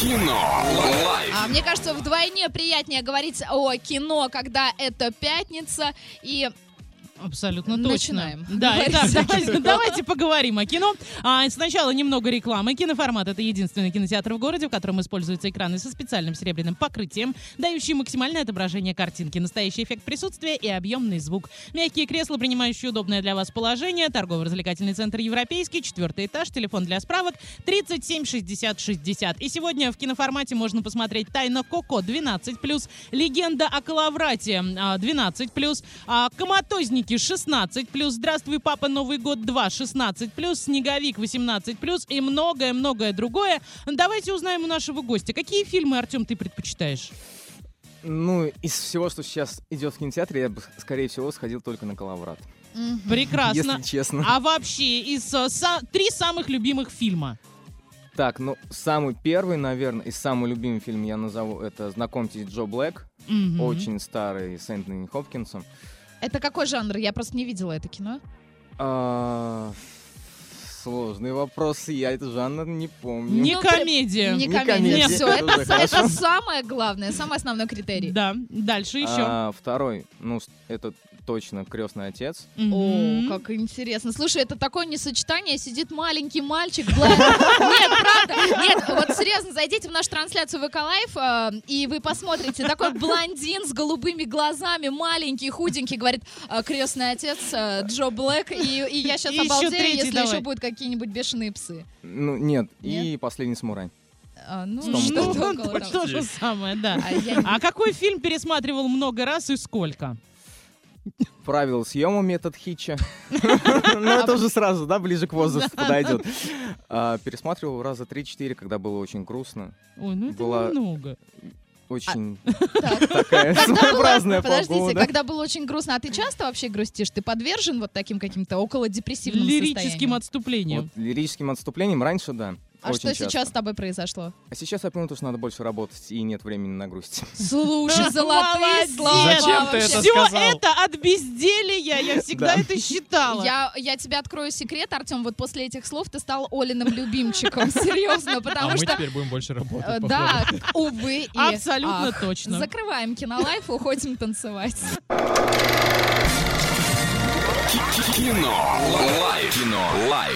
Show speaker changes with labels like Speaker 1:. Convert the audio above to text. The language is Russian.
Speaker 1: Кино. Лайф.
Speaker 2: А, мне кажется, вдвойне приятнее говорить о кино, когда это пятница. И
Speaker 3: Абсолютно
Speaker 2: Начинаем.
Speaker 3: точно. Да,
Speaker 2: Говорить
Speaker 3: итак,
Speaker 2: о
Speaker 3: давайте, давайте поговорим о кино. А, сначала немного рекламы. Киноформат — это единственный кинотеатр в городе, в котором используются экраны со специальным серебряным покрытием, дающие максимальное отображение картинки, настоящий эффект присутствия и объемный звук. Мягкие кресла, принимающие удобное для вас положение, торгово-развлекательный центр «Европейский», четвертый этаж, телефон для справок 37 60 60. И сегодня в киноформате можно посмотреть «Тайна Коко» 12+, «Легенда о Калаврате» а, 12+, а, «Коматозники» 16+, «Здравствуй, папа, Новый год 2» 16+, «Снеговик» 18+, и многое-многое другое. Давайте узнаем у нашего гостя, какие фильмы, Артем, ты предпочитаешь?
Speaker 4: Ну, из всего, что сейчас идет в кинотеатре, я бы, скорее всего, сходил только на Калаврат.
Speaker 3: Прекрасно.
Speaker 4: Если честно.
Speaker 3: А вообще, из э, са- три самых любимых фильма. А
Speaker 4: Так, ну, самый первый, наверное, и самый любимый фильм я назову, это «Знакомьтесь, Джо Блэк»,
Speaker 3: Мгм.
Speaker 4: очень старый, с Энтони Хопкинсом.
Speaker 2: это какой жанр? Я просто не видела это кино.
Speaker 4: А, Сложный вопрос, я этот жанр не помню.
Speaker 3: Не
Speaker 2: Ну, ты-
Speaker 3: комедия.
Speaker 2: Не
Speaker 4: Не
Speaker 2: комедия.
Speaker 4: комедия.
Speaker 2: Все,
Speaker 4: Нет,
Speaker 2: это,
Speaker 4: уже хорошо.
Speaker 2: это самое главное, самый основной критерий.
Speaker 3: Да, дальше еще.
Speaker 4: А, второй, ну, с- это точно «Крестный отец».
Speaker 2: О,
Speaker 3: Мгм.
Speaker 2: как интересно. Слушай, это такое несочетание. Сидит маленький мальчик. гладит- Нет, правда. Нет, вот серьезно, зайдите в нашу трансляцию ВК Лайф, э, и вы посмотрите. Такой блондин с голубыми глазами, маленький, худенький, говорит, «Э, крестный отец э, Джо Блэк, и, и я сейчас
Speaker 3: И ещё
Speaker 2: обалдею,
Speaker 3: третий
Speaker 2: если
Speaker 3: давай.
Speaker 2: еще будут какие-нибудь бешеные псы.
Speaker 4: Ну, нет, и «Последний самурай».
Speaker 2: А, ну,
Speaker 4: Том
Speaker 3: Ну,
Speaker 2: что-то
Speaker 3: то-
Speaker 2: около того.
Speaker 3: то же самое,
Speaker 2: А
Speaker 3: да.
Speaker 2: я-
Speaker 3: А какой фильм пересматривал много раз и сколько?
Speaker 4: правила съема метод Хитча. Ну, это уже сразу, да, ближе к возрасту подойдет. А, Пересматривал раза 3-4, когда было очень грустно.
Speaker 3: Ой, ну это
Speaker 4: Была-
Speaker 3: немного.
Speaker 4: Очень
Speaker 2: Так.
Speaker 4: такая
Speaker 2: А Когда было-
Speaker 4: своеобразная
Speaker 2: Подождите,
Speaker 4: погода.
Speaker 2: когда было очень грустно, а ты часто вообще грустишь? Ты подвержен вот таким каким-то около депрессивным
Speaker 3: Лирическим отступлением.
Speaker 4: Вот лирическим отступлением раньше, да.
Speaker 2: А
Speaker 4: очень
Speaker 2: что
Speaker 4: часто.
Speaker 2: сейчас с тобой произошло?
Speaker 4: А сейчас я понял, то, что надо больше работать и нет времени на грусть.
Speaker 2: Слушай, золотые
Speaker 3: Молодец!
Speaker 2: слова
Speaker 5: Зачем ты
Speaker 2: вообще.
Speaker 5: это
Speaker 3: Все
Speaker 5: сказал.
Speaker 3: это от безделия, я всегда
Speaker 4: Да.
Speaker 3: это считала.
Speaker 2: Я, я тебе открою секрет, Артем, вот после этих слов ты стал Олиным любимчиком, серьезно,
Speaker 5: А
Speaker 2: потому
Speaker 5: мы
Speaker 2: что...
Speaker 5: теперь будем больше
Speaker 2: э,
Speaker 5: работать.
Speaker 2: Да, увы и
Speaker 3: Абсолютно
Speaker 2: ах.
Speaker 3: точно.
Speaker 2: Закрываем кинолайф, уходим танцевать.
Speaker 1: Кино. Лайф. Кино. Лайф.